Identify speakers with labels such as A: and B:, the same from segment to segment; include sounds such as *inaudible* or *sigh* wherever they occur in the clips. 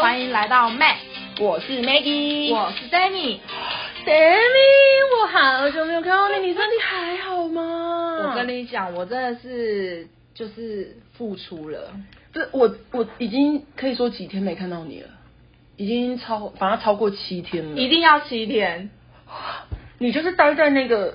A: 欢迎来到 Mac，
B: 我是 Maggie，
A: 我是 Danny。
B: Danny，我好久没有看到你，你身体还好吗？
A: 我跟你讲，我真的是就是付出了，
B: 不是我，我已经可以说几天没看到你了，已经超，反正超过七天了。
A: 一定要七天。
B: 你就是待在那个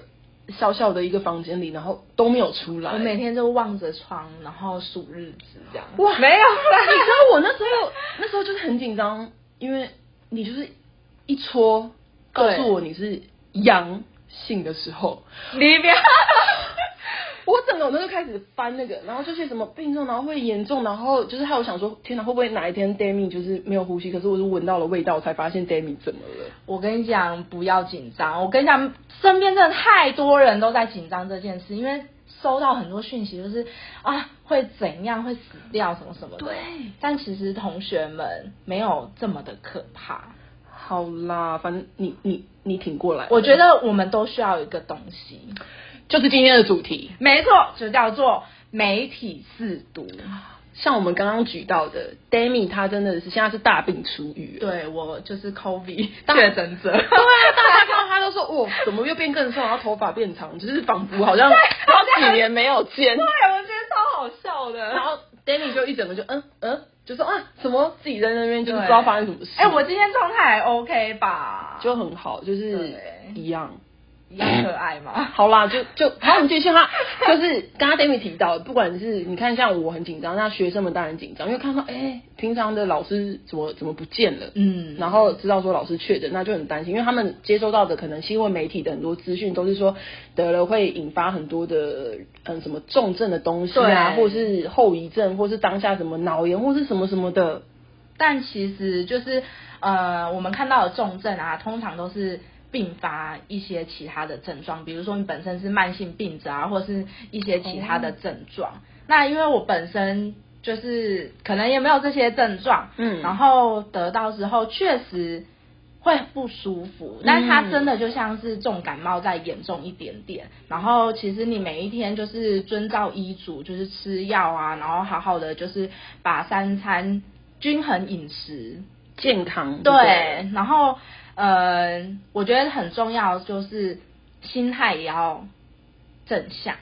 B: 小小的一个房间里，然后都没有出来。
A: 我每天就望着窗，然后数日子这样。
B: 哇
A: 没有 *laughs* 啦，
B: 你知道我那时候，那时候就是很紧张，因为你就是一戳告
A: 对
B: 诉我你是阳性的时候，
A: *laughs* 你不要。
B: *laughs* 我整个我那就开始翻那个，然后就写什么病重，然后会严重，然后就是还有想说，天哪，会不会哪一天 Demi 就是没有呼吸？可是我就闻到了味道，我才发现 Demi 怎么了？
A: 我跟你讲，不要紧张。我跟你讲，身边真的太多人都在紧张这件事，因为收到很多讯息，就是啊会怎样，会死掉什么什么的。
B: 对
A: 但其实同学们没有这么的可怕。
B: 好啦，反正你你你挺过来了，
A: 我觉得我们都需要一个东西，
B: 就是今天的主题，
A: 没错，就叫做媒体试读。
B: 像我们刚刚举到的 Demi，他真的是现在是大病初愈，
A: *laughs* 对我就是 *laughs* COVID
B: 大
A: 确诊者，
B: 对啊，大家看到他都说，哦，怎么又变更瘦，然后头发变长，就是仿佛好像好几年没有见
A: 对，。我觉得超好笑 *laughs* 的。
B: 然后 Danny 就一整个就嗯嗯，就说啊，怎么自己在那边就
A: 对
B: 是不知道发生什么事。
A: 哎、我今天状态还 OK 吧？
B: 就很好，就是
A: 对
B: 一样。
A: 一样可爱嘛。
B: 好啦，就就好，你继续哈。就是刚刚 Danny 提到，不管是你看像我很紧张，那学生们当然紧张，因为看到哎、平常的老师怎么怎么不见了，
A: 嗯
B: 然后知道说老师确诊，那就很担心，因为他们接收到的可能新闻媒体的很多资讯都是说得了会引发很多的嗯什么重症的东西啊，
A: 对
B: 或是后遗症，或是当下什么脑炎或是什么什么的，
A: 但其实就是呃，我们看到的重症啊，通常都是并发一些其他的症状，比如说你本身是慢性病者啊，或是一些其他的症状。那因为我本身就是可能也没有这些症状，
B: 嗯
A: 然后得到之后确实。会不舒服，但它真的就像是重感冒再严重一点
B: 嗯
A: 点。然后其实你每一天就是遵照医嘱，就是吃药啊，然后好好的就是把三餐均衡饮食。
B: 健康
A: 对，
B: 对
A: 然后呃，我觉得很重要就是心态也要正向。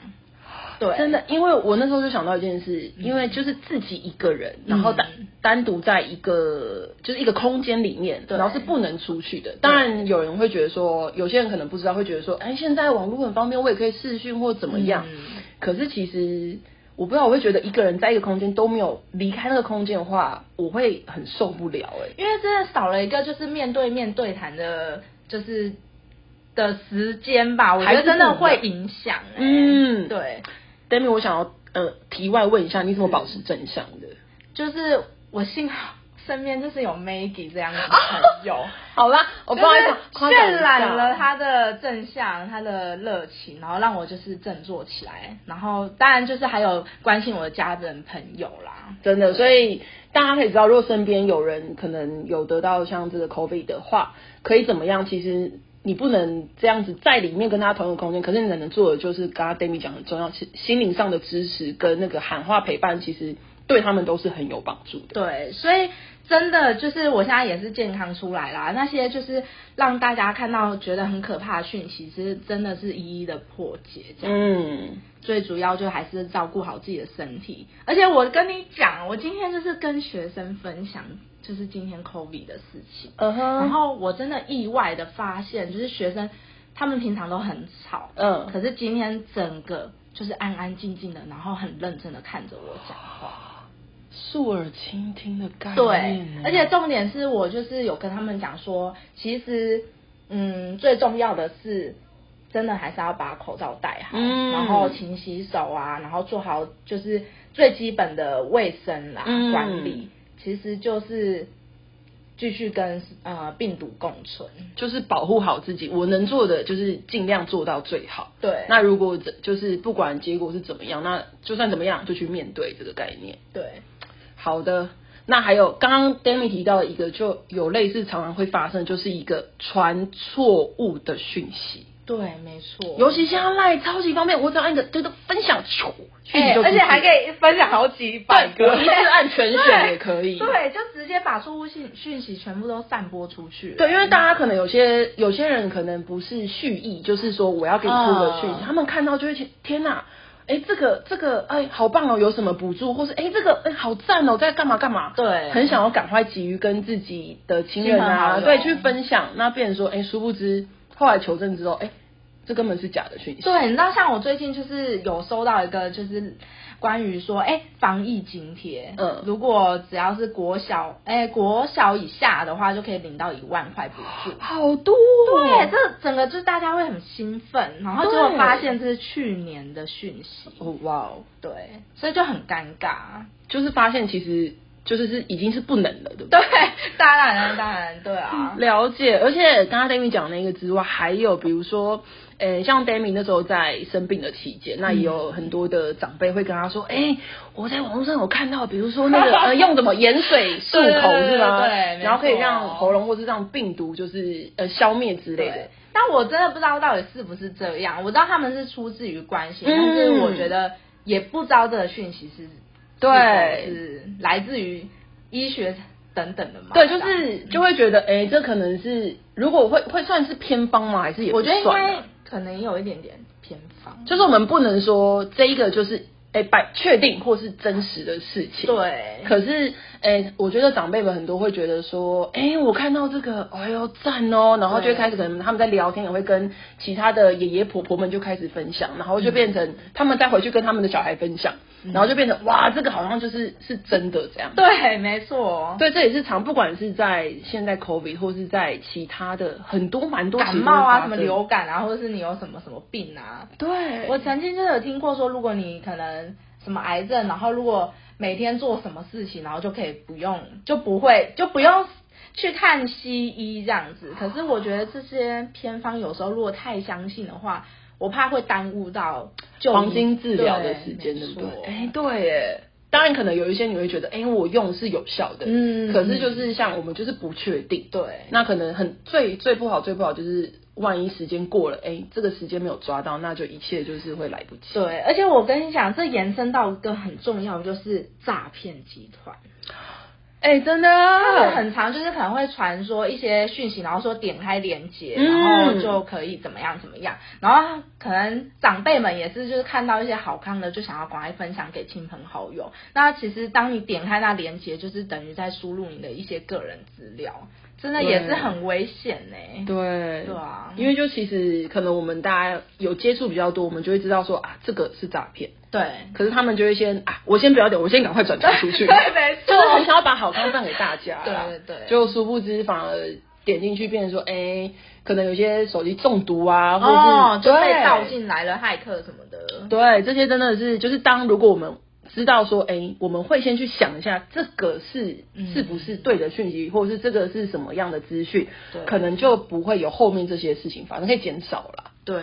A: 对，
B: 真的，嗯因为我那时候就想到一件事，因为就是自己一个人，然后单单独在一个就是一个空间里面，
A: 对
B: 然后是不能出去的。当然，有人会觉得说，有些人可能不知道，会觉得说，哎，现在网络很方便，我也可以视讯或怎么样。
A: 嗯
B: 可是其实我不知道，我会觉得一个人在一个空间都没有离开那个空间的话，我会很受不了、哎，
A: 因为真的少了一个就是面对面对谈的，就是的时间吧，我觉
B: 还
A: 得
B: 是不
A: 真的会
B: 一样
A: 影响、欸。
B: 嗯
A: 对，
B: Demi，我想要呃题外问一下，你怎么保持正向的？
A: 就是我幸好身边就是有 Maggie 这样的朋友。
B: 啊好啦，我不好意思
A: 就是
B: 夸奖
A: 渲
B: 一下
A: 染了他的正向，他的热情，然后让我就是振作起来。然后当然就是还有关心我的家人朋友啦。
B: 真的，所以大家可以知道，如果身边有人可能有得到像这个 COVID 的话，可以怎么样？其实你不能这样子在里面跟他同一个空间，可是你能做的就是刚刚 Demi 讲很重要，心心灵上的支持跟那个喊话陪伴，其实对他们都是很有帮助的。
A: 对，所以真的就是我现在也是健康出来啦。那些就是让大家看到觉得很可怕的讯息，其实真的是一一的破解这样。
B: 嗯，
A: 最主要就还是照顾好自己的身体。而且我跟你讲，我今天就是跟学生分享，就是今天 COVID 的事情。
B: 嗯
A: 然
B: 哼，
A: 后我真的意外的发现，就是学生他们平常都很吵，
B: 嗯
A: 可是今天整个就是安安静静的，然后很认真的看着我讲话。
B: 竖耳倾听的
A: 嗯
B: 概
A: 对
B: 念，，
A: 而且重点是我就是有跟他们讲说，其实嗯，最重要的是。真的还是要把口罩戴好，
B: 嗯
A: 然后勤洗手啊，然后做好就是最基本的卫生啦、
B: 嗯
A: 管理，其实就是继续跟呃病毒共存。
B: 就是保护好自己，我能做的就是尽量做到最好。
A: 对，
B: 那如果这就是不管结果是怎么样，那就算怎么样就去面对这个概念。
A: 对，
B: 好的，那还有刚刚 Demi 提到的一个，就有类似常常会发生，就是一个传错误的讯息。
A: 对，没错，
B: 尤其现在赖超级方便，我只要按个就是分享，咻讯息
A: 哎
B: 就
A: 而且
B: 出去
A: 还可以分享好几百
B: 对
A: 个，
B: 我一次按全选也可以
A: 对对，就直接把错误信讯息全部都散播出去。
B: 对，因为大家可能有些有些人可能不是蓄意，就是说我要给你出个讯息，
A: 嗯
B: 他们看到就会觉天哪，哎，这个这个哎好棒哦，有什么补助，或是哎这个哎好赞哦，在干嘛干嘛，
A: 对
B: 很想要赶快急于跟自己的亲
A: 亲
B: 人
A: 朋好
B: 啊，
A: 友
B: 对，去分享，那变成说哎，殊不知后来求证之后，哎，这根本是假的讯息，
A: 对，你知道像我最近就是有收到一个就是关于说，哎、防疫津贴，
B: 嗯
A: 如果只要是国小，哎、国小以下的话，就可以领到一万块补助。
B: 好多、
A: 对，这整个就是大家会很兴奋，然后结果
B: 对
A: 发现这是去年的讯息，
B: 哦哇哦，
A: 对，所以就很尴尬。
B: 就是发现其实就是是已经是不能了，对不对？
A: 对，当然当然，对啊，
B: 了解，而且刚刚 Demi 讲那个之外，还有比如说，呃，像 Demi 那时候在生病的期间，那也有很多的长辈会跟他说，哎、我在网络上有看到，比如说那
A: *laughs*
B: 个呃，用什么盐水漱口
A: 对对对
B: 是吗？
A: 对对没
B: 然后可以让
A: 错
B: 喉咙或是让病毒就是呃消灭之类的
A: 对。。但我真的不知道到底是不是这样，我知道他们是出自于关心，
B: 嗯
A: 但是我觉得也不知道这个讯息是
B: 对
A: 是否是来自于医学等等的嘛？
B: 对，就是就会觉得，哎、这可能是如果会会算是偏方吗？还是也不
A: 我觉得
B: 算、啊？
A: 应该可能有一点点偏方，
B: 就是我们不能说这一个就是哎百确定或是真实的事情。
A: 对
B: 可是哎、我觉得长辈们很多会觉得说，哎、我看到这个，哎呦赞哦，然后就
A: 对
B: 会开始可能他们在聊天，也会跟其他的爷爷婆婆们就开始分享，然后就变成
A: 嗯
B: 他们再回去跟他们的小孩分享，然后就变成哇，这个好像就是是真的这样。
A: 对，没错。
B: 对，这也是常，不管是在现在 COVID 或是在其他的很多蛮多
A: 感
B: 情
A: 冒
B: 况
A: 啊，
B: 发
A: 什么
B: 生
A: 流感啊，或者是你有什么什么病啊，
B: 对，
A: 我曾经就有听过说，如果你可能什么癌症，然后如果每天做什么事情，然后就可以不用，就不会，就不用去看西医这样
B: 哦
A: 子。可是我觉得这些偏方有时候如果太相信的话，我怕会耽误到就医
B: 黄金治疗的时间，对
A: 对
B: 不对？哎
A: 没，错
B: 对耶。当然，可能有一些你会觉得，哎、我用是有效的，
A: 嗯
B: 可是就是像我们就是不确定，
A: 对
B: 那可能很最最不好，最不好就是万一时间过了，哎、这个时间没有抓到，那就一切就是会来不及。
A: 对，而且我跟你讲，这延伸到一个很重要，就是诈骗集团。
B: 哎、真的，
A: 他们很常就是可能会传说一些讯息，然后说点开链接，
B: 嗯
A: 然后就可以怎么样怎么样，然后可能长辈们也是就是看到一些好康的，就想要赶快分享给亲朋好友。那其实当你点开那链接，就是等于在输入你的一些个人资料，真的也是很危险呢、
B: 对
A: 对啊
B: 因为就其实可能我们大家有接触比较多，我们就会知道说啊，这个是诈骗，
A: 对
B: 可是他们就会先啊，我先不要点，我先赶快转传出 *laughs* 去，
A: *laughs* 对没
B: 就
A: 错
B: 是很想要把好康分给大家啦，
A: 对对对
B: 就殊不知反而点进去变成说，哎、可能有些手机中毒啊，或者是、
A: 哦，就被
B: 对
A: 盗进来了，骇客什么的。
B: 对，这些真的是就是当如果我们知道说，哎、我们会先去想一下这个是
A: 嗯
B: 是不是对的讯息，或者是这个是什么样的资讯
A: 对，
B: 可能就不会有后面这些事情发生，可以减少啦。
A: 对，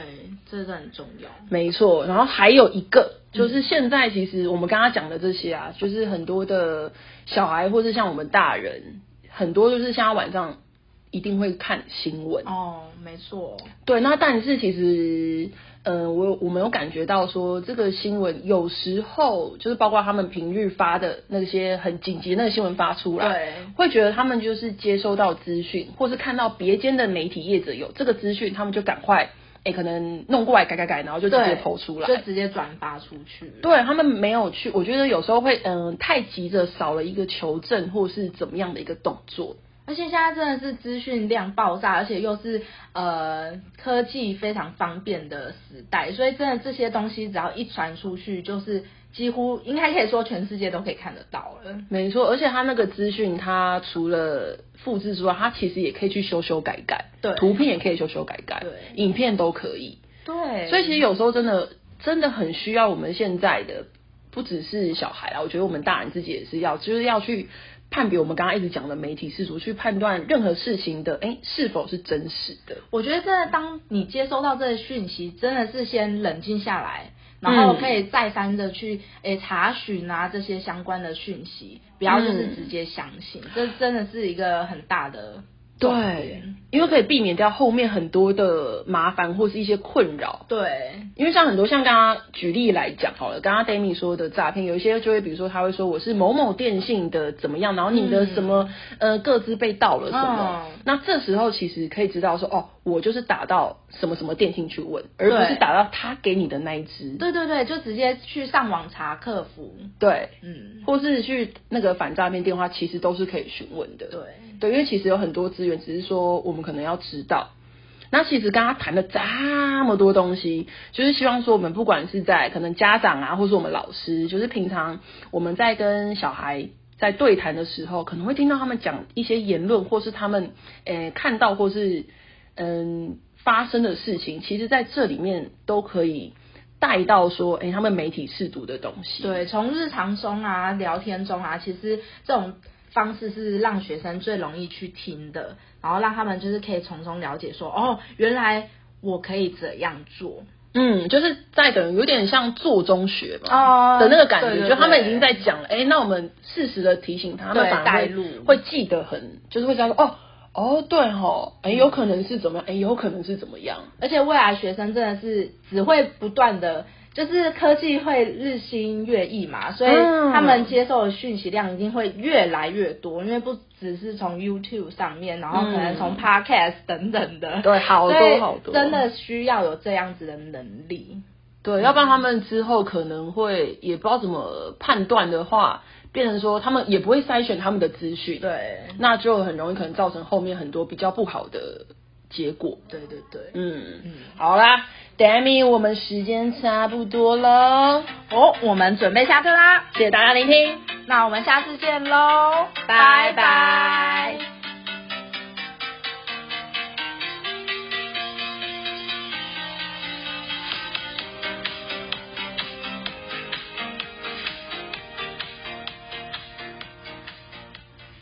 A: 这是很重要。
B: 没错，然后还有一个
A: 嗯
B: 就是现在其实我们刚刚讲的这些啊，就是很多的小孩或是像我们大人，很多就是现在晚上一定会看新闻。
A: 哦，没错。
B: 对，那但是其实，呃，我有我们有感觉到说，这个新闻有时候就是包括他们平日发的那些很紧急的那个新闻发出来，
A: 对
B: 会觉得他们就是接收到资讯，或是看到别间的媒体业者有这个资讯，他们就赶快，哎、可能弄过来改改改，然后就直接
A: 对
B: 投出来，
A: 就直接转发出去。
B: 对他们没有去，我觉得有时候会嗯、太急着少了一个求证或是怎么样的一个动作。
A: 而且现在真的是资讯量爆炸，而且又是呃科技非常方便的时代，所以真的这些东西只要一传出去，就是几乎应该可以说全世界都可以看得到了。
B: 没错，而且他那个资讯，他除了复制之外，他其实也可以去修修改改，
A: 对
B: 图片也可以修修改改，
A: 对
B: 影片都可以。
A: 对，
B: 所以其实有时候真的真的很需要我们现在的，不只是小孩啊，我觉得我们大人自己也是要，就是要去判别我们刚刚一直讲的媒体世俗，去判断任何事情的，哎、是否是真实的。
A: 我觉得真的，当你接收到这个讯息，真的是先冷静下来，然后可以再三的去诶、查询啊这些相关的讯息，不要就是直接相信，这真的是一个很大的。重点。
B: 因为可以避免掉后面很多的麻烦或是一些困扰。
A: 对，
B: 因为像很多像刚刚举例来讲好了，刚刚 Demi 说的诈骗，有一些就会比如说他会说我是某某电信的怎么样，然后你的什么、呃各自被盗了什么，
A: 嗯
B: 那这时候其实可以知道说哦，我就是打到什么什么电信去问，而不是
A: 对
B: 打到他给你的那一只。
A: 对对对，就直接去上网查客服。
B: 对，
A: 嗯，
B: 或是去那个反诈骗电话，其实都是可以询问的。
A: 对，
B: 对，因为其实有很多资源，只是说我们可能要知道。那其实刚刚谈了这么多东西，就是希望说我们不管是在可能家长啊，或是我们老师，就是平常我们在跟小孩在对谈的时候，可能会听到他们讲一些言论，或是他们呃看到或是嗯发生的事情，其实在这里面都可以带到说，哎、他们媒体试读的东西。
A: 对，从日常中啊、聊天中啊，其实这种方式是让学生最容易去听的，然后让他们就是可以从中了解说，哦，原来我可以这样做。
B: 嗯，就是在等于有点像做中学嘛、
A: 哦
B: 的那个感觉，
A: 对对
B: 就他们已
A: 对
B: 经在讲了，哎、那我们适时的提醒他，他们
A: 对
B: 反而
A: 带
B: 会
A: 入
B: 会记得很，就是会知道说，哦哦对吼，哎、有可能是怎么样，哎、有可能是怎么样，
A: 而且未来学生真的是只会不断的，就是科技会日新月异嘛，所以
B: 嗯
A: 他们接受的讯息量一定会越来越多，因为不只是从 YouTube 上面，然后可能从 Podcast 等等的，
B: 嗯对好多
A: 所以
B: 好多
A: 真的需要有这样子的能力。
B: 对，要不然他们之后可能会也不知道怎么判断的话，变成说他们也不会筛选他们的资讯，，
A: 对，
B: 那就很容易可能造成后面很多比较不好的结果。
A: 对对对，
B: 嗯，
A: 嗯
B: 好啦，Demi，我们时间差不多喽。
A: 哦，我们准备下课啦，
B: 谢谢大家聆听，
A: 那我们下次见喽，
B: 拜拜。